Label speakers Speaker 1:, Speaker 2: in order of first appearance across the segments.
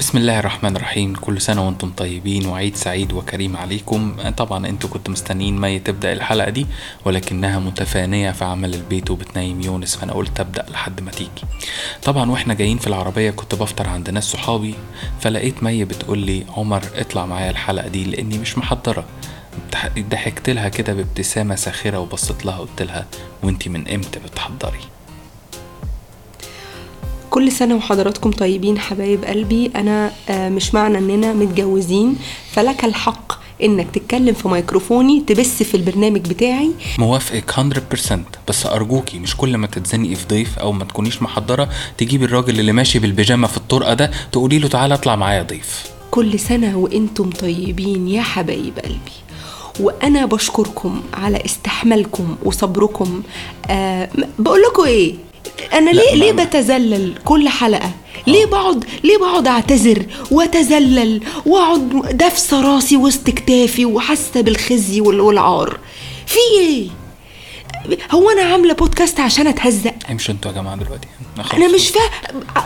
Speaker 1: بسم الله الرحمن الرحيم كل سنة وانتم طيبين وعيد سعيد وكريم عليكم طبعا انتوا كنتوا مستنيين ما تبدأ الحلقة دي ولكنها متفانية في عمل البيت وبتنايم يونس فانا قلت ابدأ لحد ما تيجي طبعا واحنا جايين في العربية كنت بفطر عند ناس صحابي فلقيت مي بتقول لي عمر اطلع معايا الحلقة دي لاني مش محضرة ضحكت لها كده بابتسامة ساخرة وبصيت لها قلت لها وانتي من امتى بتحضري
Speaker 2: كل سنة وحضراتكم طيبين حبايب قلبي أنا آه، مش معنى إننا متجوزين فلك الحق إنك تتكلم في ميكروفوني تبث في البرنامج بتاعي
Speaker 1: موافقك 100% بس ارجوكي مش كل ما تتزنقي في ضيف او ما تكونيش محضره تجيبي الراجل اللي ماشي بالبيجامه في الطرقه ده تقولي له تعالى اطلع معايا ضيف
Speaker 2: كل سنة وإنتم طيبين يا حبايب قلبي وأنا بشكركم على استحمالكم وصبركم آه بقول لكم إيه أنا
Speaker 1: لا،
Speaker 2: ليه ليه
Speaker 1: ما- آه.
Speaker 2: بتذلل كل حلقة ليه بقعد ليه بقعد اعتذر واتذلل واقعد دافسه راسي وسط كتافي وحاسه بالخزي وال- والعار في ايه هو انا عامله بودكاست عشان اتهزق
Speaker 1: امشوا انتوا يا جماعه دلوقتي
Speaker 2: انا مش فا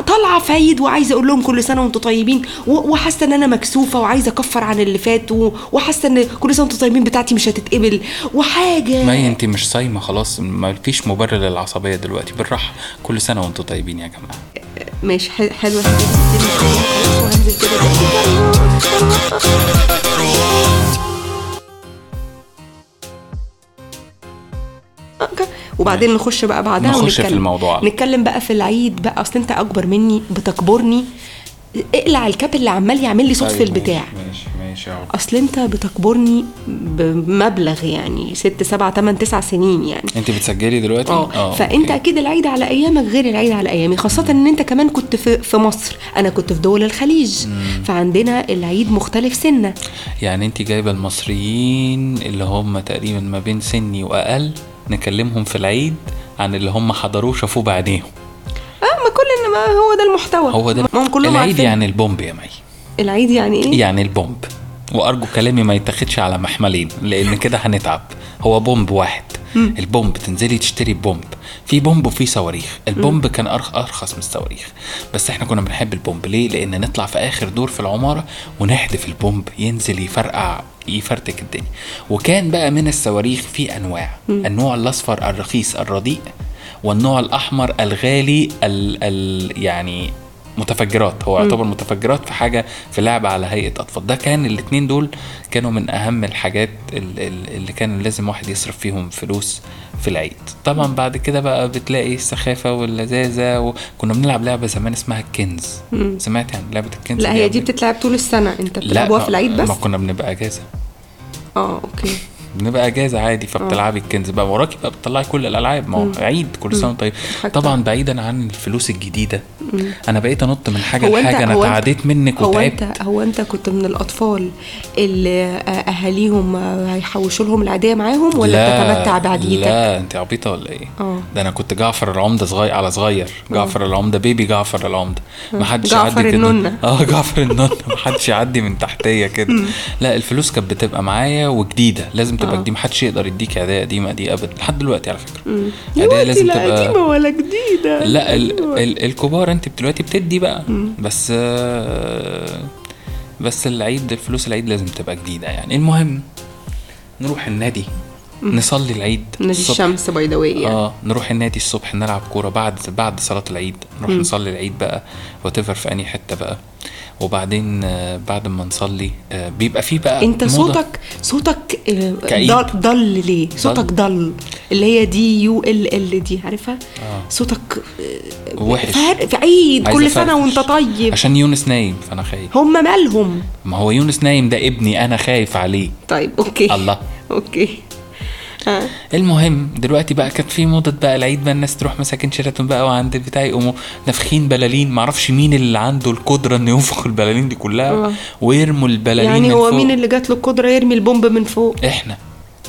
Speaker 2: طالعه في عيد وعايزه اقول لهم كل سنه وانتم طيبين و- وحاسه ان انا مكسوفه وعايزه اكفر عن اللي فات و- وحاسه ان كل سنه وانتم طيبين بتاعتي مش هتتقبل وحاجه
Speaker 1: ما انت مش صايمه خلاص ما فيش مبرر للعصبيه دلوقتي بالراحه كل سنه وانتوا طيبين يا جماعه
Speaker 2: ماشي حلوه حلوه وهنزل كده أوكي. وبعدين نخش بقى بعدها
Speaker 1: نخش في
Speaker 2: ونتكلم
Speaker 1: الموضوع على طول.
Speaker 2: نتكلم بقى في العيد بقى اصل انت اكبر مني بتكبرني اقلع الكاب اللي عمال يعمل لي صوت في البتاع
Speaker 1: طيب، ماشي ماشي يا عمر.
Speaker 2: اصل انت بتكبرني بمبلغ يعني ست سبعة تمن تسع سنين يعني
Speaker 1: انت بتسجلي دلوقتي
Speaker 2: اه فانت
Speaker 1: آه، أوكي.
Speaker 2: اكيد العيد على ايامك غير العيد على ايامي خاصه ان انت كمان كنت في, في مصر انا كنت في دول الخليج فعندنا العيد مختلف سنه
Speaker 1: يعني انت جايبه المصريين اللي هم تقريبا ما بين سني واقل نكلمهم في العيد عن اللي هم حضروه شافوه بعينيهم
Speaker 2: اه ما كل ما هو ده المحتوى
Speaker 1: هو ده
Speaker 2: ما هم كلهم
Speaker 1: العيد
Speaker 2: عارفين.
Speaker 1: يعني البومب يا مي
Speaker 2: العيد يعني ايه
Speaker 1: يعني البومب وارجو كلامي ما يتاخدش على محملين لان كده هنتعب هو بومب واحد البومب تنزلي تشتري بومب في بومب وفي صواريخ البومب كان أرخ ارخص من الصواريخ بس احنا كنا بنحب البومب ليه لان نطلع في اخر دور في العماره ونحدف البومب ينزل يفرقع يفرتك الدنيا وكان بقى من الصواريخ في انواع النوع الاصفر الرخيص الرديء والنوع الاحمر الغالي ال ال يعني متفجرات هو يعتبر متفجرات في حاجه في لعبه على هيئه اطفال ده كان الاتنين دول كانوا من اهم الحاجات ال- ال- اللي كان لازم واحد يصرف فيهم فلوس في العيد طبعا بعد كده بقى بتلاقي السخافه واللذاذه وكنا بنلعب لعبه زمان اسمها الكنز سمعت عن لعبه الكنز
Speaker 2: لا هي دي
Speaker 1: قبل كده؟
Speaker 2: بتتلعب طول السنه انت بتلعبوها
Speaker 1: ما-
Speaker 2: في العيد بس
Speaker 1: يعني. آه، ما كنا بنبقى اجازه
Speaker 2: اه اوكي
Speaker 1: بنبقى اجازه عادي فبتلعبي
Speaker 2: آه.
Speaker 1: الكنز بقى وراكي بقى بتطلعي كل الالعاب ما هو عيد كل سنه طيب
Speaker 2: حاجة
Speaker 1: طبعا بعيدا عن الفلوس الجديده انا بقيت انط من حاجه
Speaker 2: هو أنت-
Speaker 1: لحاجه انا
Speaker 2: هو أنت-
Speaker 1: تعديت منك
Speaker 2: هو
Speaker 1: وتعبت
Speaker 2: انت هو انت كنت من الاطفال اللي آه، اهاليهم آه، هيحوشوا لهم العيديه معاهم ولا
Speaker 1: لا،
Speaker 2: بتتمتع بعديتك
Speaker 1: لا انت عبيطه ولا ايه
Speaker 2: اه.
Speaker 1: ده انا كنت جعفر العمده صغير على صغير جعفر العمده بيبي جعفر العمده ما حدش
Speaker 2: جعفر
Speaker 1: يعدي كده
Speaker 2: النونة.
Speaker 1: اه جعفر النونه ما حدش يعدي من تحتيه كده لا الفلوس كانت بتبقى معايا وجديده لازم تبقى
Speaker 2: آه.
Speaker 1: جديده ما حدش يقدر يديك عيديه قديمه دي ابدا لحد دلوقتي على فكره عيديه
Speaker 2: دلوقتي
Speaker 1: لازم
Speaker 2: لا
Speaker 1: تبقى
Speaker 2: قديمه ولا جديده
Speaker 1: لا ال
Speaker 2: أيوة.
Speaker 1: ال الكبار انت دلوقتي بتدي بقى بس آه، بس العيد فلوس العيد لازم تبقى جديده يعني المهم نروح النادي نصلي العيد
Speaker 2: نادي
Speaker 1: الصبح.
Speaker 2: الشمس باي ذا واي يعني
Speaker 1: اه نروح النادي الصبح نلعب كوره بعد بعد صلاه العيد نروح م. نصلي العيد بقى وتفر في اني حته بقى وبعدين آه، بعد ما نصلي آه، بيبقى فيه بقى
Speaker 2: انت
Speaker 1: موضة.
Speaker 2: صوتك صوتك آه،
Speaker 1: كئيب.
Speaker 2: ضل ضل ليه؟ صوتك ضل اللي هي دي يو ال ال دي عارفها؟ آه. صوتك آه،
Speaker 1: وحش.
Speaker 2: فرق في عيد
Speaker 1: عايز
Speaker 2: كل سنه
Speaker 1: أفرفش.
Speaker 2: وانت طيب
Speaker 1: عشان يونس نايم فانا خايف
Speaker 2: هم مالهم؟
Speaker 1: ما هو يونس نايم ده ابني انا خايف عليه
Speaker 2: طيب اوكي
Speaker 1: الله
Speaker 2: اوكي آه.
Speaker 1: المهم دلوقتي بقى كانت في موضه بقى العيد بقى الناس تروح مساكن شيراتون بقى وعند بتاع يقوموا نافخين بلالين معرفش مين اللي عنده القدره انه ينفخ البلالين دي كلها
Speaker 2: آه.
Speaker 1: ويرموا البلالين
Speaker 2: يعني
Speaker 1: من
Speaker 2: هو
Speaker 1: فوق.
Speaker 2: مين اللي جات له القدره يرمي البومب من فوق؟
Speaker 1: احنا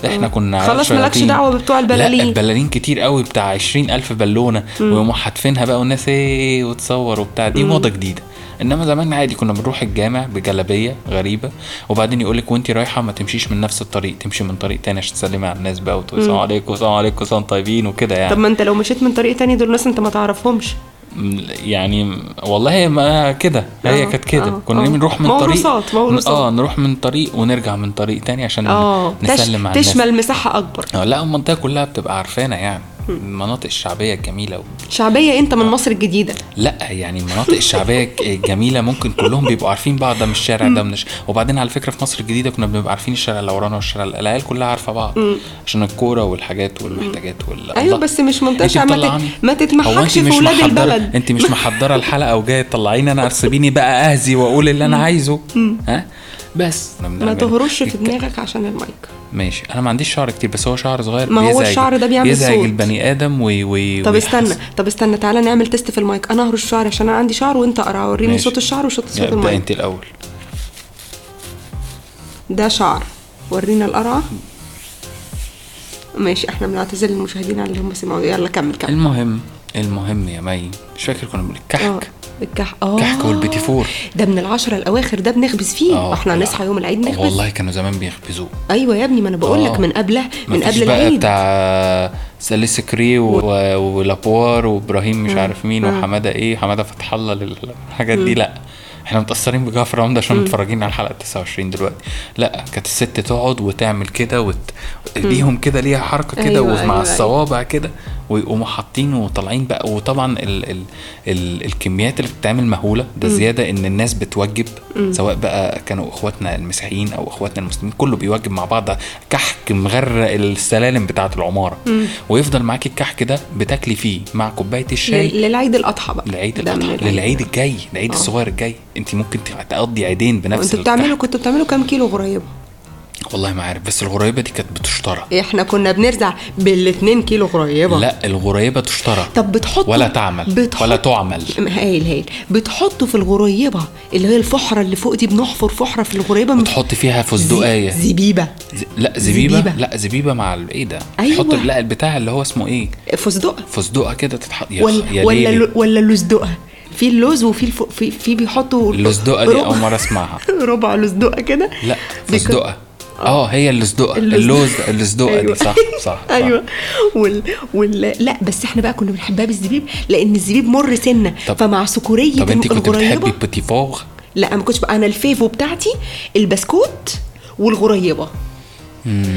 Speaker 1: احنا كنا
Speaker 2: خلاص
Speaker 1: عيال
Speaker 2: مالكش
Speaker 1: شياطين.
Speaker 2: دعوة بتوع
Speaker 1: لا
Speaker 2: البلالين.
Speaker 1: البلالين كتير قوي بتاع 20000 بالونه ويقوموا حاتفينها بقى والناس ايه وتصور وبتاع دي موضه جديده انما زمان عادي كنا بنروح الجامع بجلابيه غريبه وبعدين يقول لك وانت رايحه ما تمشيش من نفس الطريق تمشي من طريق تاني عشان تسلمي على الناس بقى وتقولي السلام عليكم السلام عليكم سلام طيبين وكده يعني
Speaker 2: طب ما انت لو مشيت من طريق تاني دول ناس انت ما تعرفهمش
Speaker 1: م- يعني والله ما كده هي
Speaker 2: آه،
Speaker 1: كانت كده
Speaker 2: آه،
Speaker 1: كنا
Speaker 2: آه.
Speaker 1: نروح من طريق
Speaker 2: موروثات، موروثات.
Speaker 1: اه نروح من طريق ونرجع من طريق تاني عشان
Speaker 2: اه تش...
Speaker 1: نعم. نسلم على الناس
Speaker 2: تشمل مساحه اكبر
Speaker 1: آه، لا المنطقه كلها بتبقى عارفانا يعني المناطق الشعبيه الجميله و...
Speaker 2: شعبيه انت
Speaker 1: آه.
Speaker 2: من مصر الجديده
Speaker 1: لا يعني المناطق الشعبيه الج- الجميله ممكن كلهم بيبقوا عارفين بعض ده من الشارع ده من الش... وبعدين على فكره في مصر الجديده كنا بنبقى عارفين الشارع اللي ورانا والشارع اللي- العيال كلها عارفه بعض عشان الكوره والحاجات والمحتاجات وال
Speaker 2: ايوه بس مش منطقه
Speaker 1: انت
Speaker 2: شعبية. ما,
Speaker 1: مطلعني.
Speaker 2: تت... ما
Speaker 1: هو
Speaker 2: تتمحكش
Speaker 1: انت
Speaker 2: في
Speaker 1: مش
Speaker 2: ولاد
Speaker 1: محضرة
Speaker 2: البلد
Speaker 1: انت مش محضره الحلقه وجايه تطلعيني انا ارسبيني بقى اهزي واقول اللي انا عايزه ها بس إحنا
Speaker 2: ما
Speaker 1: بنعمل-
Speaker 2: تهرش في
Speaker 1: الك-
Speaker 2: دماغك عشان المايك
Speaker 1: ماشي انا ما عنديش شعر كتير بس هو شعر صغير
Speaker 2: ما هو
Speaker 1: بيزعج
Speaker 2: الشعر ده بيعمل
Speaker 1: بيزعج
Speaker 2: صوت.
Speaker 1: البني ادم وي وي
Speaker 2: طب
Speaker 1: ويحس-
Speaker 2: استنى طب استنى تعالى نعمل تيست في المايك انا اهرش شعري عشان انا عندي شعر وانت اقرا وريني
Speaker 1: ماشي.
Speaker 2: صوت الشعر وصوت صوت
Speaker 1: ابدا
Speaker 2: المايك
Speaker 1: انت الاول
Speaker 2: ده شعر ورينا القرعه ماشي احنا بنعتذر للمشاهدين على اللي هم سمعوا يلا كمل كمل
Speaker 1: المهم المهم يا مي مش فاكر كنا بنقول
Speaker 2: اه
Speaker 1: الكحك
Speaker 2: الكح اه
Speaker 1: كحك والبيتيفور.
Speaker 2: ده من العشرة الاواخر ده بنخبز فيه
Speaker 1: آه،
Speaker 2: احنا
Speaker 1: لا.
Speaker 2: إيه، هنصحى يوم العيد نخبز
Speaker 1: والله كانوا زمان بيخبزوه
Speaker 2: ايوه يا ابني ما انا بقول لك
Speaker 1: آه.
Speaker 2: من قبله من
Speaker 1: مفيش
Speaker 2: قبل
Speaker 1: بقى
Speaker 2: العيد
Speaker 1: بتاع ساليس كري و... و... ولابوار وابراهيم مش عارف مين وحماده ايه حماده فتح الله للحاجات دي لا احنا متأثرين بجعفر عمده عشان متفرجين على الحلقه 29 دلوقتي لا كانت الست تقعد وتعمل كده وت... ايديهم كده ليها حركه كده
Speaker 2: أيوة،
Speaker 1: أيوة ومع
Speaker 2: أيوة، أيوة.
Speaker 1: أيوة الصوابع كده ويقوموا حاطين وطالعين بقى وطبعا ال... ال... ال... الكميات اللي بتتعمل مهوله ده زياده ان الناس بتوجب سواء بقى كانوا اخواتنا المسيحيين او اخواتنا المسلمين كله بيوجب مع بعض كحك مغرق السلالم بتاعه العماره ويفضل معاكي الكحك ده بتاكلي فيه مع كوبايه الشاي
Speaker 2: لل- للعيد الاضحى بقى
Speaker 1: لعيد
Speaker 2: ده من
Speaker 1: الأضحى للعيد الجاي العيد
Speaker 2: آه.
Speaker 1: الصغير الجاي انت ممكن تقضي عيدين بنفس
Speaker 2: انتوا
Speaker 1: الكحك.
Speaker 2: بتعملوا كنتوا بتعملوا كام كيلو غريبه
Speaker 1: والله ما عارف بس الغريبه دي كانت بتشترى
Speaker 2: احنا كنا بنرزع بالاتنين كيلو غريبه
Speaker 1: لا الغريبه تشترى
Speaker 2: طب بتحطوا
Speaker 1: ولا تعمل
Speaker 2: بتحط-
Speaker 1: ولا تعمل
Speaker 2: هايل هايل بتحطوا في الغريبه اللي هي الفحره اللي فوق دي بنحفر فحره في الغريبه من-
Speaker 1: بتحط آية. فيها فستقايه
Speaker 2: زي- زبيبه
Speaker 1: ز- لا زبيبة.
Speaker 2: زبيبة.
Speaker 1: لا زبيبة مع ال- ايه ده؟
Speaker 2: أيوة.
Speaker 1: تحط لا البتاع اللي هو اسمه ايه؟
Speaker 2: فستق
Speaker 1: فستقة كده تتحط يا خ-
Speaker 2: ولا
Speaker 1: يا
Speaker 2: ولا
Speaker 1: ليلي
Speaker 2: لو- ولا لزدقه في اللوز وفي الف... في في بيحطوا
Speaker 1: اللزدقة دي
Speaker 2: ربع-
Speaker 1: أول مرة أسمعها
Speaker 2: ربع لزدقه كده
Speaker 1: لا
Speaker 2: بيكون-
Speaker 1: فستقة اه هي اللزدقة
Speaker 2: اللزدقة.
Speaker 1: اللوز اللزدقة دي
Speaker 2: أيوة.
Speaker 1: صح صح صح.
Speaker 2: ايوه وال... وال لا بس احنا بقى كنا بنحبها بالزبيب لان الزبيب مر سنه
Speaker 1: طب-
Speaker 2: فمع سكريه
Speaker 1: طب انت كنت
Speaker 2: الغريبة-
Speaker 1: بتحبي البوتيفور
Speaker 2: لا ما كنتش بقى انا الفيفو بتاعتي البسكوت والغريبه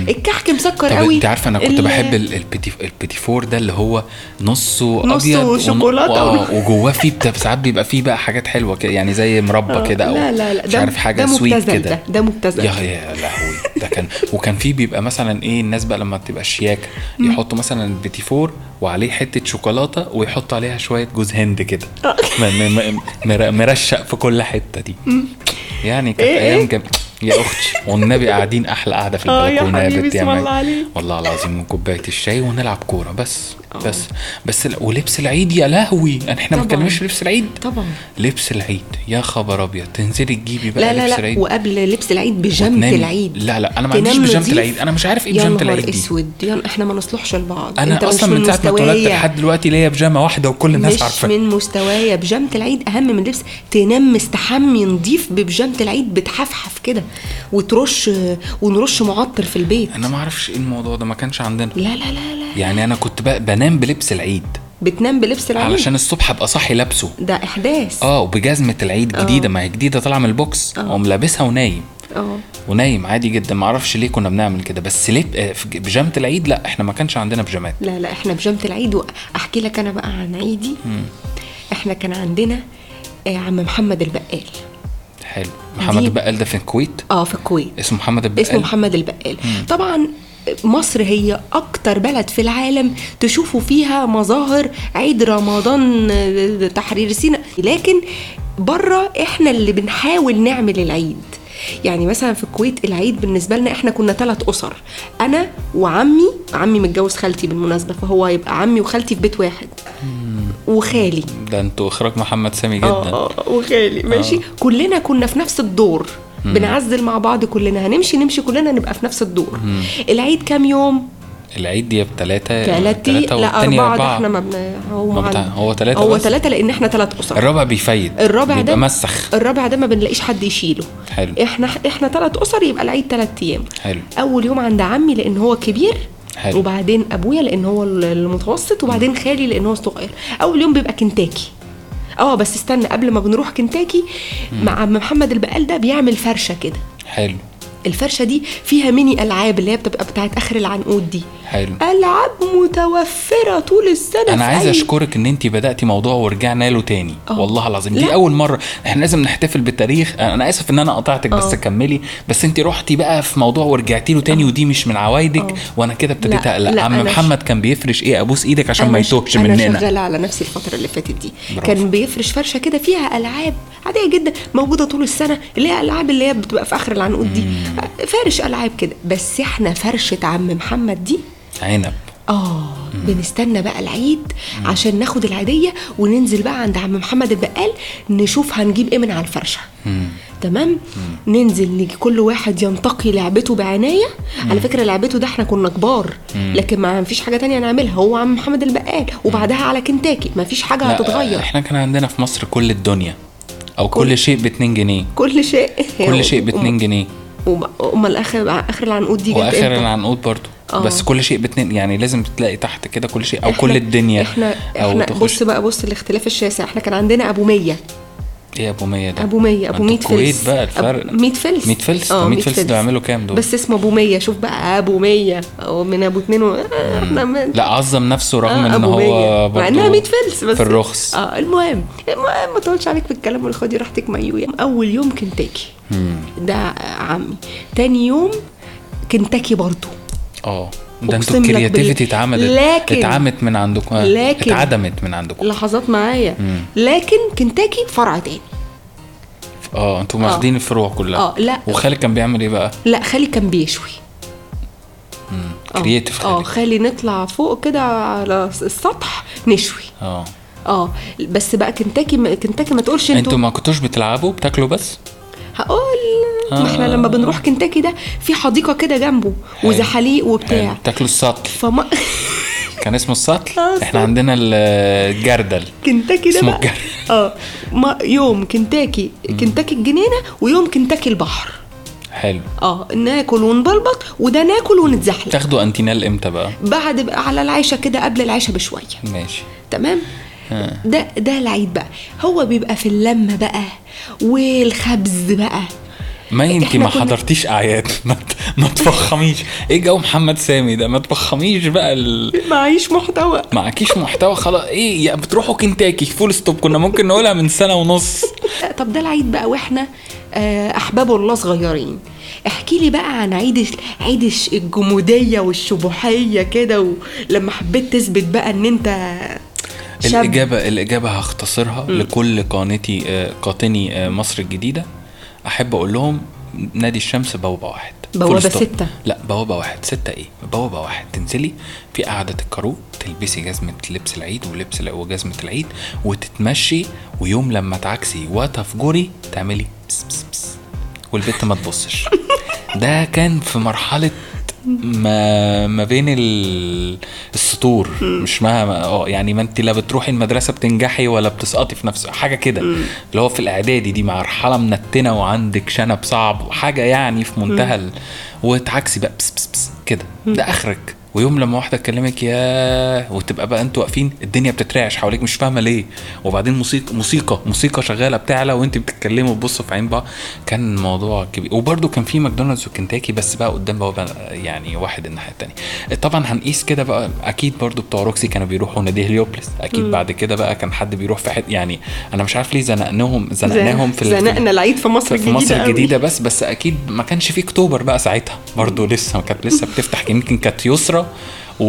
Speaker 2: الكحك مسكر
Speaker 1: طب
Speaker 2: قوي
Speaker 1: انت عارفه انا كنت
Speaker 2: ال-
Speaker 1: بحب ال- البيتي البيتي فور ده اللي هو نصه
Speaker 2: نصه
Speaker 1: ابيض ون-
Speaker 2: شوكولاتة
Speaker 1: آه، وجواه فيه بتا- ساعات بيبقى فيه بقى حاجات حلوه كده يعني زي مربى كده او
Speaker 2: آه، لا لا لا
Speaker 1: مش عارف حاجه
Speaker 2: ده
Speaker 1: سويت
Speaker 2: مبتذل
Speaker 1: كده
Speaker 2: ده ده مبتذل
Speaker 1: يا يا لهوي ده كان وكان في بيبقى مثلا ايه الناس بقى لما بتبقى شياكه يحطوا مثلا البيتي فور وعليه حته شوكولاته ويحطوا عليها شويه جوز هند كده
Speaker 2: آه.
Speaker 1: م- م- م- مر- مرشق في كل حته دي يعني كانت
Speaker 2: إيه إيه؟
Speaker 1: ايام جميله يا اختي والنبي قاعدين احلى قعده في
Speaker 2: آه يا
Speaker 1: البلكونه يا
Speaker 2: حبيبي،
Speaker 1: بنت يا
Speaker 2: اسم
Speaker 1: مي.
Speaker 2: الله عليك. آه.
Speaker 1: والله العظيم وكوبايه الشاي ونلعب كوره بس بس بس ال- ولبس العيد يا لهوي أنا- احنا ما
Speaker 2: طبعاً.
Speaker 1: بنتكلمش لبس العيد
Speaker 2: طبعا
Speaker 1: لبس العيد يا خبر ابيض تنزلي تجيبي بقى
Speaker 2: لا
Speaker 1: لبس
Speaker 2: لا
Speaker 1: العيد
Speaker 2: لا وقبل لبس العيد بيجامه
Speaker 1: وتنامي.
Speaker 2: العيد
Speaker 1: لا لا انا ما عنديش
Speaker 2: تنام
Speaker 1: بيجامه
Speaker 2: نضيف.
Speaker 1: العيد انا مش عارف ايه
Speaker 2: يا
Speaker 1: بيجامه
Speaker 2: نهار
Speaker 1: العيد دي
Speaker 2: اسود يا احنا ما نصلحش لبعض
Speaker 1: انا اصلا من ساعه ما اتولدت لحد دلوقتي ليا بيجامه واحده وكل الناس
Speaker 2: مش
Speaker 1: عارفه
Speaker 2: من مستوايا بيجامه العيد اهم من لبس تنام مستحمي نضيف ببيجامه العيد بتحفحف كده وترش ونرش معطر في البيت
Speaker 1: انا ما اعرفش ايه الموضوع ده ما كانش عندنا
Speaker 2: لا لا لا لا
Speaker 1: يعني انا كنت بقى بنام بلبس العيد
Speaker 2: بتنام بلبس العيد
Speaker 1: علشان الصبح ابقى صاحي لابسه
Speaker 2: ده احداث
Speaker 1: اه وبجزمه العيد
Speaker 2: آه.
Speaker 1: جديده ما هي جديده طالعه من البوكس اقوم لابسها ونايم
Speaker 2: اه
Speaker 1: ونايم عادي جدا ما اعرفش ليه كنا بنعمل كده بس ليه آه، في ج- بيجامه العيد لا احنا ما كانش عندنا بيجامات
Speaker 2: لا لا احنا بيجامه العيد واحكي لك انا بقى عن عيدي احنا كان عندنا آه، عم محمد البقال
Speaker 1: حلو محمد
Speaker 2: دي-
Speaker 1: البقال ده في الكويت
Speaker 2: اه في الكويت
Speaker 1: اسمه محمد البقال
Speaker 2: اسمه محمد البقال طبعا مصر هي اكتر بلد في العالم تشوفوا فيها مظاهر عيد رمضان آه، تحرير سيناء لكن بره احنا اللي بنحاول نعمل العيد يعني مثلا في الكويت العيد بالنسبه لنا احنا كنا ثلاث اسر انا وعمي عمي متجوز خالتي بالمناسبه فهو يبقى عمي وخالتي في بيت واحد وخالي
Speaker 1: ده انتوا اخراج محمد سامي جدا
Speaker 2: اه آه، وخالي ماشي كلنا كنا في نفس الدور بنعزل مع بعض كلنا هنمشي نمشي كلنا نبقى في نفس الدور العيد كام يوم
Speaker 1: العيد دي بتلاتة
Speaker 2: ثلاثة
Speaker 1: آه، تلاتة
Speaker 2: لا
Speaker 1: والتاني
Speaker 2: أربعة ده
Speaker 1: أربعة.
Speaker 2: احنا ما بن... هو
Speaker 1: ما بتاع-
Speaker 2: عن-
Speaker 1: هو تلاتة
Speaker 2: هو
Speaker 1: بس.
Speaker 2: ثلاثة لأن احنا ثلاث أسر
Speaker 1: الرابع بيفيد
Speaker 2: الرابع ده
Speaker 1: بيبقى مسخ
Speaker 2: الرابع ده ما بنلاقيش حد يشيله
Speaker 1: حلو
Speaker 2: احنا احنا ثلاث أسر يبقى العيد ثلاث أيام
Speaker 1: حلو
Speaker 2: أول يوم عند عمي لأن هو كبير
Speaker 1: حلو.
Speaker 2: وبعدين أبويا لأن هو المتوسط وبعدين خالي لأن هو صغير أول يوم بيبقى كنتاكي اه بس استنى قبل ما بنروح كنتاكي مع عم محمد البقال ده بيعمل فرشه كده
Speaker 1: حلو
Speaker 2: الفرشه دي فيها ميني العاب اللي هي بتبقى بتاعت اخر العنقود دي
Speaker 1: حلو
Speaker 2: العاب متوفره طول السنه
Speaker 1: انا
Speaker 2: في
Speaker 1: عايز
Speaker 2: أي-
Speaker 1: اشكرك ان انت بداتي موضوع ورجعنا له تاني
Speaker 2: آه.
Speaker 1: والله العظيم دي
Speaker 2: لا.
Speaker 1: اول مره احنا لازم نحتفل بالتاريخ انا اسف ان انا قطعتك بس
Speaker 2: آه.
Speaker 1: كملي بس انت رحتي بقى في موضوع ورجعتي له تاني ودي مش من عوايدك
Speaker 2: آه.
Speaker 1: وانا كده ابتديت
Speaker 2: لا،
Speaker 1: اقلق
Speaker 2: لا،
Speaker 1: عم
Speaker 2: أنا ش-
Speaker 1: محمد كان بيفرش ايه ابوس ايدك عشان
Speaker 2: أنا
Speaker 1: ما
Speaker 2: ش-
Speaker 1: يتوهش
Speaker 2: انا
Speaker 1: مننا
Speaker 2: شغاله على نفسي الفتره اللي فاتت دي
Speaker 1: برافو.
Speaker 2: كان بيفرش فرشه كده فيها العاب عاديه جدا موجوده طول السنه اللي هي العاب اللي هي بتبقى في اخر العنقود دي فارش العاب كده بس احنا فرشه عم محمد دي
Speaker 1: عنب
Speaker 2: اه بنستنى بقى العيد عشان ناخد العيديه وننزل بقى عند عم محمد البقال نشوف هنجيب ايه من على الفرشه تمام ننزل نيجي كل واحد ينتقي لعبته بعنايه على فكره لعبته ده احنا كنا كبار لكن ما فيش حاجه تانية نعملها هو عم محمد البقال وبعدها على كنتاكي ما فيش حاجه
Speaker 1: لا، آه،
Speaker 2: هتتغير
Speaker 1: احنا كان عندنا في مصر كل الدنيا او كل,
Speaker 2: كل-
Speaker 1: شيء ب 2 جنيه
Speaker 2: كل شيء
Speaker 1: كل شيء ب 2 جنيه
Speaker 2: امال اخر اخر العنقود دي جت
Speaker 1: واخر
Speaker 2: إمتى؟
Speaker 1: العنقود برضه
Speaker 2: آه.
Speaker 1: بس كل شيء باتنين يعني لازم تلاقي تحت كده كل شيء او
Speaker 2: إحنا-
Speaker 1: كل الدنيا
Speaker 2: احنا
Speaker 1: او
Speaker 2: احنا
Speaker 1: تخش
Speaker 2: بص بقى بص الاختلاف الشاسع احنا كان عندنا ابو مية
Speaker 1: ايه ابو 100 ده
Speaker 2: ابو 100
Speaker 1: ما
Speaker 2: ابو
Speaker 1: انتوا
Speaker 2: 100
Speaker 1: الكويت
Speaker 2: فلس
Speaker 1: بقى الفرق
Speaker 2: 100 فلس
Speaker 1: 100 فلس
Speaker 2: آه،
Speaker 1: طب 100
Speaker 2: 100
Speaker 1: فلس دول يعملوا كام دول
Speaker 2: بس اسمه ابو 100 شوف بقى ابو 100 او من ابو 2 و... آه، احنا من...
Speaker 1: لا عظم نفسه رغم ان
Speaker 2: آه، أبو
Speaker 1: هو
Speaker 2: مية. مع انها
Speaker 1: برضو
Speaker 2: 100 فلس بس
Speaker 1: في الرخص
Speaker 2: اه المهم المهم ما تقولش عليك في الكلام والخدي راحتك مايو اول يوم كنتاكي ده عمي تاني يوم كنتاكي برضه
Speaker 1: اه ده انتوا
Speaker 2: أقسم لك
Speaker 1: الكرياتيفيتي
Speaker 2: بالله.
Speaker 1: اتعملت
Speaker 2: لكن-
Speaker 1: اتعمت من عندكم آه،
Speaker 2: لكن-
Speaker 1: اتعدمت من عندكم
Speaker 2: لحظات معايا لكن كنتاكي فرع تاني
Speaker 1: اه انتوا واخدين الفروع كلها
Speaker 2: آه، لا.
Speaker 1: وخالد كان بيعمل ايه بقى؟
Speaker 2: لا خالي كان بيشوي آه.
Speaker 1: كرياتيف
Speaker 2: اه
Speaker 1: خالد
Speaker 2: خالي نطلع فوق كده على السطح نشوي
Speaker 1: اه
Speaker 2: اه بس بقى كنتاكي ما كنتاكي ما تقولش
Speaker 1: انتوا
Speaker 2: انتوا
Speaker 1: ما كنتوش بتلعبوا بتاكلوا بس؟
Speaker 2: هقول
Speaker 1: آه.
Speaker 2: ما احنا لما بنروح كنتاكي ده في حديقه كده جنبه
Speaker 1: حلو.
Speaker 2: وزحاليق وبتاع
Speaker 1: حلو. يعني بتاكلوا السطل
Speaker 2: فما
Speaker 1: كان اسمه السطل
Speaker 2: آه،
Speaker 1: احنا عندنا ال- الجردل
Speaker 2: كنتاكي ده
Speaker 1: اسمه
Speaker 2: بقى
Speaker 1: الجر.
Speaker 2: اه ما يوم كنتاكي كنتاكي الجنينه ويوم كنتاكي البحر
Speaker 1: حلو
Speaker 2: اه ناكل ونبلبط وده ناكل ونتزحلق
Speaker 1: تاخدوا انتينال امتى بقى؟
Speaker 2: بعد بقى على العيشه كده قبل العيشه بشويه
Speaker 1: ماشي
Speaker 2: تمام
Speaker 1: آه.
Speaker 2: ده ده العيد بقى هو بيبقى في اللمه بقى والخبز بقى
Speaker 1: ما انت
Speaker 2: إحنا
Speaker 1: ما
Speaker 2: كنا-
Speaker 1: حضرتيش اعياد ما, ت- ما تفخميش ايه جو محمد سامي ده ما تفخميش بقى ال...
Speaker 2: معيش محتوى
Speaker 1: معكيش محتوى خلاص ايه يا بتروحوا كنتاكي فول ستوب كنا ممكن نقولها من سنه ونص
Speaker 2: طب ده العيد بقى واحنا آه، احباب الله صغيرين احكي لي بقى عن عيد الش- عيد الش- الجموديه والشبوحيه كده ولما حبيت تثبت بقى ان انت شاب.
Speaker 1: الاجابه الاجابه هختصرها لكل قانتي آه، قاطني آه، مصر الجديده احب اقول لهم نادي الشمس بوابه واحد
Speaker 2: بوابة
Speaker 1: فول ستوب.
Speaker 2: ستة.
Speaker 1: لا بوابه واحد سته ايه بوابه واحد تنزلي في قعده الكاروت تلبسي جزمه لبس العيد ولبس الع- وجزمه العيد وتتمشي ويوم لما تعكسي وتفجري تعملي بس بس بس والبت ما تبصش ده كان في مرحله ما ما بين ال- السطور مش ما ما- اه يعني ما انت لا بتروحي المدرسه بتنجحي ولا بتسقطي في نفس حاجه كده اللي هو في الاعدادي دي مرحله منتنه وعندك شنب صعب وحاجه يعني في منتهى ال- وتعكسي بقى بس بس بس كده ده اخرك ويوم لما واحده تكلمك يا وتبقى بقى انتوا واقفين الدنيا بتترعش حواليك مش فاهمه ليه وبعدين موسيقى موسيقى موسيقى شغاله بتعلى وانت بتتكلموا وتبصوا في عين بعض كان الموضوع كبير وبرده كان في ماكدونالدز وكنتاكي بس بقى قدام بوابه يعني واحد الناحيه الثانيه طبعا هنقيس كده بقى اكيد برده بتوع روكسي كانوا بيروحوا نادي هليوبلس اكيد بعد كده بقى كان حد بيروح في حته يعني انا مش عارف ليه زنقناهم زنقناهم في ال- في ال-
Speaker 2: زنقنا العيد في مصر
Speaker 1: في
Speaker 2: الجديده
Speaker 1: مصر
Speaker 2: قوي.
Speaker 1: الجديده بس بس اكيد ما كانش في اكتوبر بقى ساعتها برضه لسه كانت لسه بتفتح يمكن كانت يسرى و...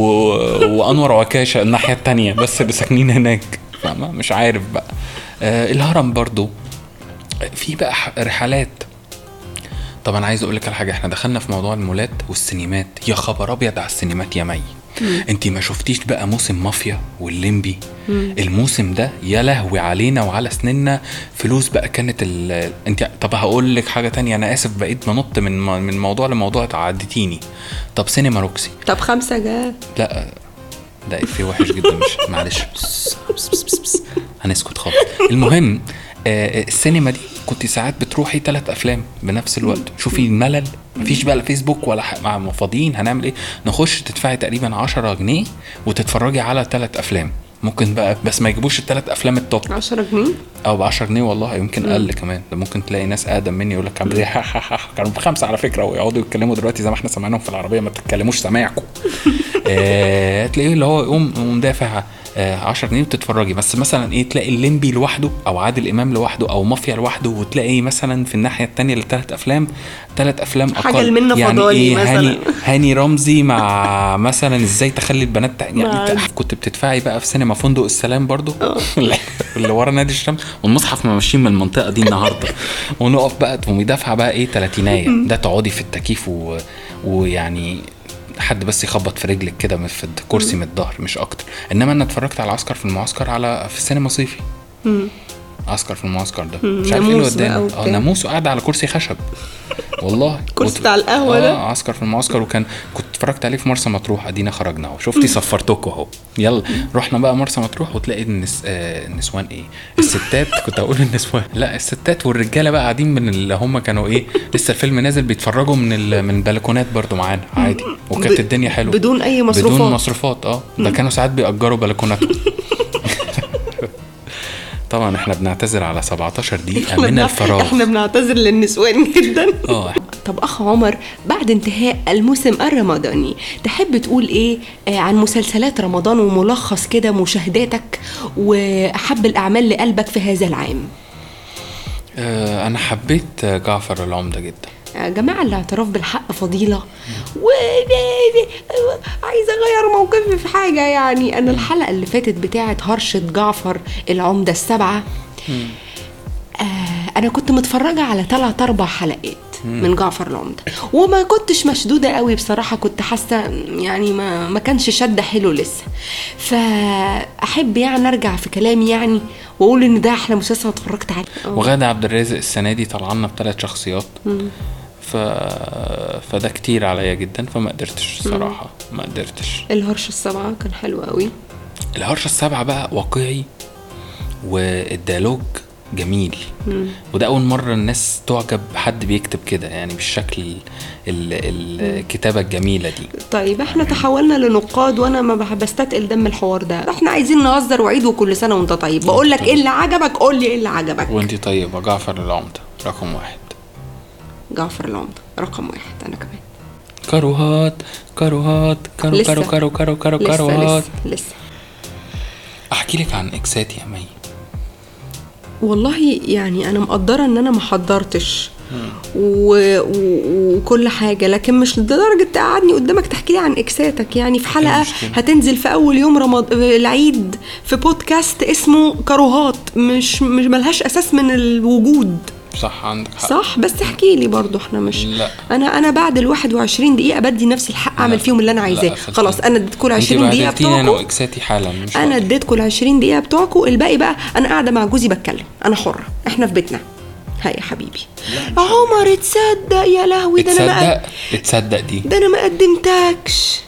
Speaker 1: وانور عكاشه الناحيه التانية بس اللي ساكنين هناك فاهمه مش عارف بقى آه الهرم برضه في بقى ح- رحلات طبعا عايز اقول لك على حاجه احنا دخلنا في موضوع المولات والسينمات يا خبر ابيض على السينمات يا مي انت ما شفتيش بقى موسم مافيا واللمبي الموسم ده يا لهوي علينا وعلى سننا فلوس بقى كانت ال... انت طب هقول لك حاجه تانية انا اسف بقيت بنط من من موضوع لموضوع تعدتيني طب سينما روكسي
Speaker 2: طب خمسه جا
Speaker 1: لا ده في وحش جدا مش معلش بس- بس- بس- بس- بس. هنسكت خالص المهم آه، السينما دي كنت ساعات بتروحي ثلاث افلام بنفس الوقت شوفي الملل مفيش بقى لا فيسبوك ولا ح- إيه؟ مع فاضيين هنعمل ايه نخش تدفعي تقريبا 10 جنيه وتتفرجي على ثلاث افلام ممكن بقى بس ما يجيبوش الثلاث افلام التوب
Speaker 2: 10 جنيه
Speaker 1: او ب 10 جنيه والله يمكن اقل كمان ده ممكن تلاقي ناس اقدم مني يقول لك كانوا بخمسه على فكره ويقعدوا يتكلموا دلوقتي زي ما احنا سمعناهم في العربيه ما تتكلموش سامعكم آه تلاقيه اللي هو يقوم يقوم دافع آه 10 جنيه وتتفرجي بس مثلا ايه تلاقي الليمبي لوحده او عادل امام لوحده او مافيا لوحده وتلاقي مثلا في الناحيه الثانيه للثلاث افلام ثلاث افلام اقل
Speaker 2: حاجة لمنة
Speaker 1: يعني
Speaker 2: فضالي
Speaker 1: إيه
Speaker 2: مثلاً.
Speaker 1: هاني هاني رمزي مع مثلا ازاي تخلي البنات تع- يعني
Speaker 2: مع- آه.
Speaker 1: انت كنت بتدفعي بقى في سينما فندق السلام برضو اللي ورا نادي الشمس والمصحف ما ماشيين من المنطقه دي النهارده ونقف بقى تقومي دافعه بقى ايه تلاتينايه ده تقعدي في التكييف و... ويعني حد بس يخبط في رجلك كده من في الكرسي من الظهر مش اكتر انما انا اتفرجت على عسكر في المعسكر على في السينما صيفي عسكر في المعسكر ده مش عارف ايه اللي
Speaker 2: ناموس بقى
Speaker 1: قدامي اه
Speaker 2: وبتاع.
Speaker 1: ناموس وقاعد على كرسي خشب والله
Speaker 2: كرسي
Speaker 1: وت-
Speaker 2: بتاع القهوة ده؟
Speaker 1: آه عسكر في المعسكر وكان كنت اتفرجت عليه في مرسى مطروح ادينا خرجنا اهو شفتي سفرتكوا اهو يلا رحنا بقى مرسى مطروح وتلاقي النس... آه النسوان ايه الستات كنت هقول النسوان لا الستات والرجاله بقى قاعدين من اللي هم كانوا ايه لسه الفيلم نازل بيتفرجوا من ال... من البلكونات برضو معانا عادي وكانت
Speaker 2: ب-
Speaker 1: الدنيا حلوه
Speaker 2: بدون أي مصروفات.
Speaker 1: بدون مصروفات اه ده كانوا ساعات بيأجروا بلكوناتهم طبعا احنا بنعتذر على 17 دقيقه من
Speaker 2: بنع-
Speaker 1: الفراغ
Speaker 2: احنا بنعتذر للنسوان جدا
Speaker 1: اه
Speaker 2: طب اخ عمر بعد انتهاء الموسم الرمضاني تحب تقول ايه آه، عن مسلسلات رمضان وملخص كده مشاهداتك واحب الاعمال لقلبك في هذا العام
Speaker 1: آه، انا حبيت آه، جعفر العمده جدا
Speaker 2: يا آه، جماعة الاعتراف بالحق فضيلة و عايزة أغير موقفي في حاجة يعني أنا الحلقة اللي فاتت بتاعة هرشة جعفر العمدة السبعة آه أنا كنت متفرجة على تلات أربع حلقات من جعفر العمدة وما كنتش مشدودة قوي بصراحة كنت حاسة يعني ما, ما كانش شدة حلو لسه فأحب يعني أرجع في كلامي يعني وأقول إن ده أحلى مسلسل اتفرجت عليه آه.
Speaker 1: وغادة عبد الرازق السنه دي طلعنا بثلاث شخصيات ف... فده كتير عليا جدا فما قدرتش الصراحه ما قدرتش
Speaker 2: الهرشة السبعة كان حلو قوي
Speaker 1: الهرشه السبعه بقى واقعي والديالوج جميل وده اول مره الناس تعجب حد بيكتب كده يعني بالشكل ال... ال... الكتابه الجميله دي
Speaker 2: طيب احنا تحولنا لنقاد وانا ما بحب استتقل دم الحوار ده احنا عايزين نهزر وعيد وكل سنه وانت طيب بقول لك ايه اللي عجبك قول لي ايه اللي عجبك
Speaker 1: وانت طيبه جعفر العمده رقم واحد
Speaker 2: جعفر العمده رقم واحد انا كمان
Speaker 1: كاروهات كاروهات كارو
Speaker 2: لسه.
Speaker 1: كارو كارو كارو كارو
Speaker 2: لسه
Speaker 1: كاروهات
Speaker 2: لسه لسه
Speaker 1: احكي لك عن اكسات يا مي
Speaker 2: والله يعني انا مقدره ان انا ما حضرتش و... و... وكل حاجه لكن مش لدرجه تقعدني قدامك تحكي لي عن اكساتك يعني في حلقه
Speaker 1: مشكلة.
Speaker 2: هتنزل في اول يوم رمض... العيد في بودكاست اسمه كروهات مش مش ملهاش اساس من الوجود
Speaker 1: صح عندك حق
Speaker 2: صح بس احكي لي برضو احنا مش
Speaker 1: لا.
Speaker 2: انا انا بعد ال 21 دقيقه بدي نفسي الحق اعمل فيهم اللي انا عايزاه
Speaker 1: خلصتي.
Speaker 2: خلاص انا اديت كل
Speaker 1: انت
Speaker 2: 20 دقيقه
Speaker 1: بهدلتيني انا
Speaker 2: بتوعكم
Speaker 1: واكساتي حالا مش
Speaker 2: انا
Speaker 1: هقدر.
Speaker 2: اديت كل 20 دقيقه بتوعكم الباقي بقى انا قاعده مع جوزي بتكلم انا حره احنا في بيتنا هاي يا حبيبي عمر اتصدق يا لهوي ده انا ما
Speaker 1: اتصدق اتصدق دي
Speaker 2: ده انا ما قدمتكش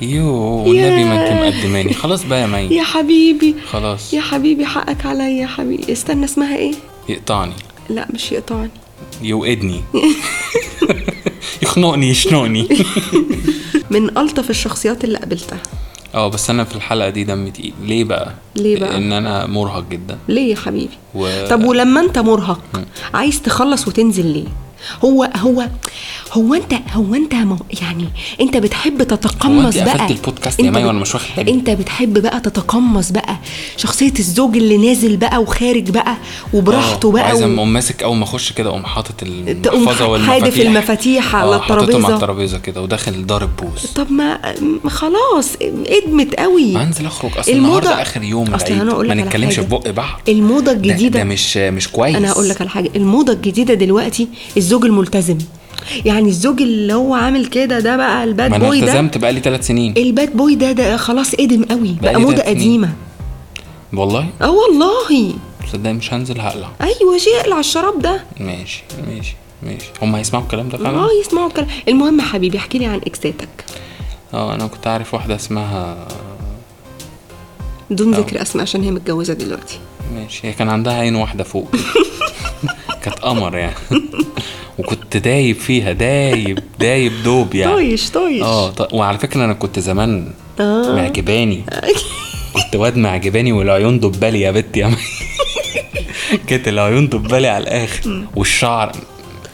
Speaker 1: يو والنبي ما انت
Speaker 2: ياه.
Speaker 1: مقدماني خلاص بقى يا مي
Speaker 2: يا حبيبي
Speaker 1: خلاص
Speaker 2: يا حبيبي حقك عليا يا حبيبي استنى اسمها ايه
Speaker 1: يقطعني
Speaker 2: لا مش يقطعني
Speaker 1: يوقدني يخنقني يشنقني
Speaker 2: من الطف الشخصيات اللي قابلتها
Speaker 1: اه بس انا في الحلقه دي دمي تقيل ليه بقى
Speaker 2: ليه بقى؟
Speaker 1: ان انا مرهق جدا
Speaker 2: ليه يا حبيبي
Speaker 1: و-
Speaker 2: طب ولما انت مرهق عايز تخلص وتنزل ليه هو هو هو انت هو انت مو يعني انت بتحب تتقمص
Speaker 1: هو انت
Speaker 2: بقى
Speaker 1: قفلت البودكاست يا
Speaker 2: انت
Speaker 1: مي
Speaker 2: بت-
Speaker 1: وانا مش واخد بالي؟
Speaker 2: انت بتحب بقى تتقمص بقى شخصيه الزوج اللي نازل بقى وخارج بقى وبراحته
Speaker 1: آه،
Speaker 2: بقى
Speaker 1: عايز
Speaker 2: و-
Speaker 1: اقوم ماسك اول ما اخش كده اقوم حاطط
Speaker 2: تقوم
Speaker 1: المحفظه والمفاتيح
Speaker 2: حادف المفاتيح على
Speaker 1: آه، حاططهم على
Speaker 2: الترابيزه
Speaker 1: الترابيزه كده وداخل ضارب بوس
Speaker 2: طب ما ما خلاص ادمت قوي
Speaker 1: هنزل اخرج اصل
Speaker 2: إيه. الموضة-
Speaker 1: النهارده اخر يوم
Speaker 2: أصل
Speaker 1: العيد
Speaker 2: أنا هقول
Speaker 1: ما
Speaker 2: لك على
Speaker 1: نتكلمش في
Speaker 2: حاجة.
Speaker 1: بق بعض
Speaker 2: الموضه
Speaker 1: ده,
Speaker 2: الجديده
Speaker 1: ده مش مش كويس
Speaker 2: انا هقول لك على حاجه الموضه الجديده دلوقتي الزوج الملتزم يعني الزوج اللي هو عامل كده ده بقى
Speaker 1: ما
Speaker 2: الباد
Speaker 1: انا
Speaker 2: بوي ده إيه.
Speaker 1: التزمت بقى لي ثلاث سنين
Speaker 2: الباد بوي ده ده خلاص قدم قوي بقى
Speaker 1: بقالي
Speaker 2: موضه
Speaker 1: تلات سنين.
Speaker 2: قديمه
Speaker 1: والله
Speaker 2: اه والله
Speaker 1: صدقني مش هنزل هقلع
Speaker 2: ايوه شيء على الشراب ده
Speaker 1: ماشي ماشي ماشي هم هيسمعوا الكلام ده فعلا
Speaker 2: اه يسمعوا الكلام المهم يا حبيبي احكي لي عن اكساتك
Speaker 1: اه انا كنت عارف واحده اسمها آه.
Speaker 2: بدون ذكر اسماء عشان هي متجوزه دلوقتي
Speaker 1: ماشي هي كان عندها عين واحده فوق كانت قمر يعني وكنت دايب فيها دايب دايب
Speaker 2: طيب.
Speaker 1: دوب يعني
Speaker 2: طايش طايش
Speaker 1: اه ط- وعلى فكره انا كنت زمان
Speaker 2: آه.
Speaker 1: معجباني كنت واد معجباني والعيون دبالي يا بت يا م- كانت العيون دبالي على الاخر والشعر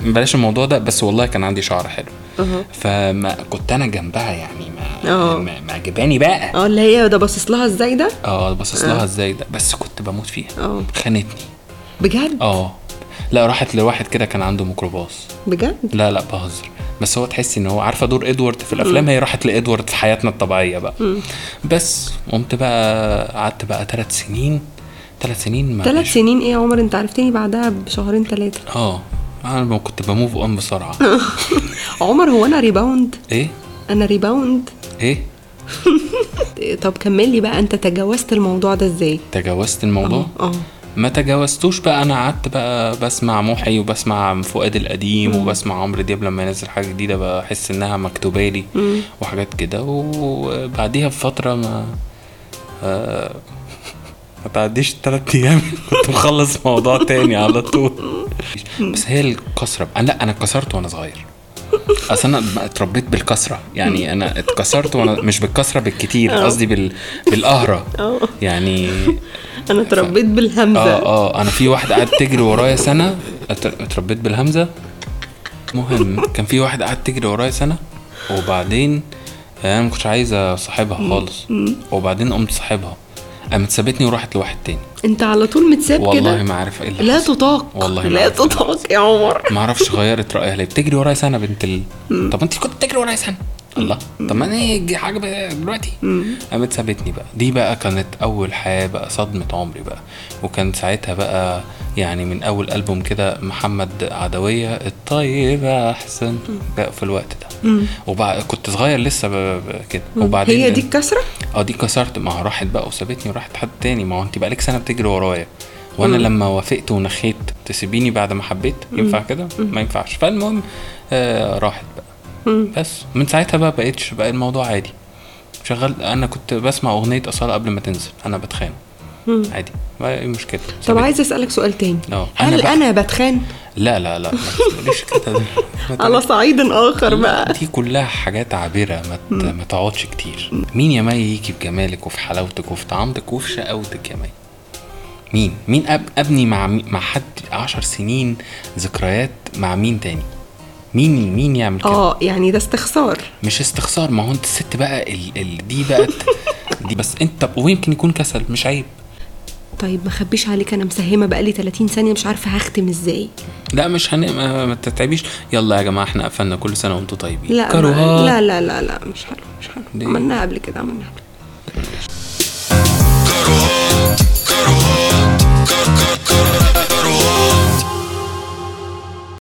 Speaker 1: بلاش الموضوع ده بس والله كان عندي شعر حلو
Speaker 2: أها.
Speaker 1: فما كنت انا جنبها يعني ما
Speaker 2: أه.
Speaker 1: ما- معجباني بقى
Speaker 2: اه اللي هي ده باصص لها ازاي ده
Speaker 1: اه باصص لها ازاي ده بس كنت بموت فيها
Speaker 2: آه.
Speaker 1: خانتني
Speaker 2: بجد
Speaker 1: اه لا راحت لواحد كده كان عنده ميكروباص
Speaker 2: بجد
Speaker 1: لا لا بهزر بس هو تحس ان هو عارفه دور ادوارد في الافلام هي راحت لادوارد في حياتنا الطبيعيه بقى بس قمت بقى قعدت بقى ثلاث سنين ثلاث سنين ما
Speaker 2: ثلاث سنين ايه يا عمر انت عرفتني بعدها بشهرين ثلاثه
Speaker 1: اه انا ما كنت بموف اون بسرعه
Speaker 2: عمر هو انا ريباوند
Speaker 1: ايه
Speaker 2: انا ريباوند
Speaker 1: ايه
Speaker 2: طب كمل لي بقى انت تجاوزت الموضوع ده ازاي
Speaker 1: تجاوزت الموضوع
Speaker 2: اه
Speaker 1: ما تجاوزتوش بقى انا قعدت بقى بسمع محي وبسمع فؤاد القديم وبسمع عمرو دياب لما ينزل حاجه جديده بحس انها مكتوبه لي وحاجات كده وبعديها بفتره ما آه، ما تعديش تلات ايام كنت مخلص موضوع تاني على طول بس هي الكسره أنا- لا انا اتكسرت وانا صغير اصل انا ب- اتربيت بالكسره يعني انا اتكسرت وانا مش بالكسره بالكتير قصدي بال... بالقهره يعني
Speaker 2: انا اتربيت بالهمزه
Speaker 1: اه اه انا في واحده قعدت تجري ورايا سنه أت- اتربيت بالهمزه مهم كان في واحده قعدت تجري ورايا سنه وبعدين انا ما كنتش عايز اصاحبها خالص وبعدين قمت صاحبها قامت سابتني وراحت لواحد تاني
Speaker 2: انت على طول متساب
Speaker 1: والله
Speaker 2: كده
Speaker 1: ما عارف ايه اللي
Speaker 2: لا
Speaker 1: حصل.
Speaker 2: تطاق
Speaker 1: والله ما
Speaker 2: لا
Speaker 1: عارف إيه اللي
Speaker 2: تطاق يا عمر
Speaker 1: ما اعرفش غيرت رايها ليه بتجري ورايا سنه بنت ال طب انت كنت بتجري ورايا سنه الله طب ما انا حاجه بقى دلوقتي قامت سابتني بقى دي بقى كانت اول حياه بقى صدمه عمري بقى وكان ساعتها بقى يعني من اول البوم كده محمد عدويه الطيبه احسن بقى في الوقت ده وبعد كنت صغير لسه ب- ب- كده وبعدين
Speaker 2: هي دي الكسره
Speaker 1: اه دي كسرت ما راحت بقى وسابتني وراحت حد تاني ما هو انت بقالك سنه بتجري ورايا وانا لما وافقت ونخيت تسيبيني بعد ما حبيت ينفع كده ما ينفعش فالمهم آه راحت بقى بس من ساعتها بقى بقيتش بقى الموضوع عادي شغال انا كنت بسمع اغنيه اصاله قبل ما تنزل انا بتخان عادي ما ايه المشكله
Speaker 2: طب
Speaker 1: سابتني.
Speaker 2: عايز اسالك سؤال تاني
Speaker 1: اه
Speaker 2: هل
Speaker 1: بقى-
Speaker 2: انا بتخان
Speaker 1: لا لا لا ما تقوليش كده ما
Speaker 2: على صعيد اخر بقى
Speaker 1: دي كلها حاجات عابرة ما ت- ما تقعدش كتير مين يا مي يجي بجمالك وفي حلاوتك وفي طعامتك وفي شقاوتك يا مي مين مين أب- ابني مع مي- مع حد عشر سنين ذكريات مع مين تاني مين مين يعمل كده
Speaker 2: اه يعني ده استخسار
Speaker 1: مش استخسار ما هو انت الست بقى ال... ال... دي بقى دي بس انت طب ويمكن يكون كسل مش عيب
Speaker 2: طيب ما خبيش عليك انا مسهمه بقالي 30 ثانيه مش عارفه هختم ازاي
Speaker 1: لا مش هن... ما ما تتعبيش يلا يا جماعه احنا قفلنا كل سنه وانتم طيبين
Speaker 2: لا
Speaker 1: كروهات.
Speaker 2: ما- لا لا لا لا مش حلو مش حلو
Speaker 1: ليه؟
Speaker 2: عملناها قبل كده عملناها قبل كده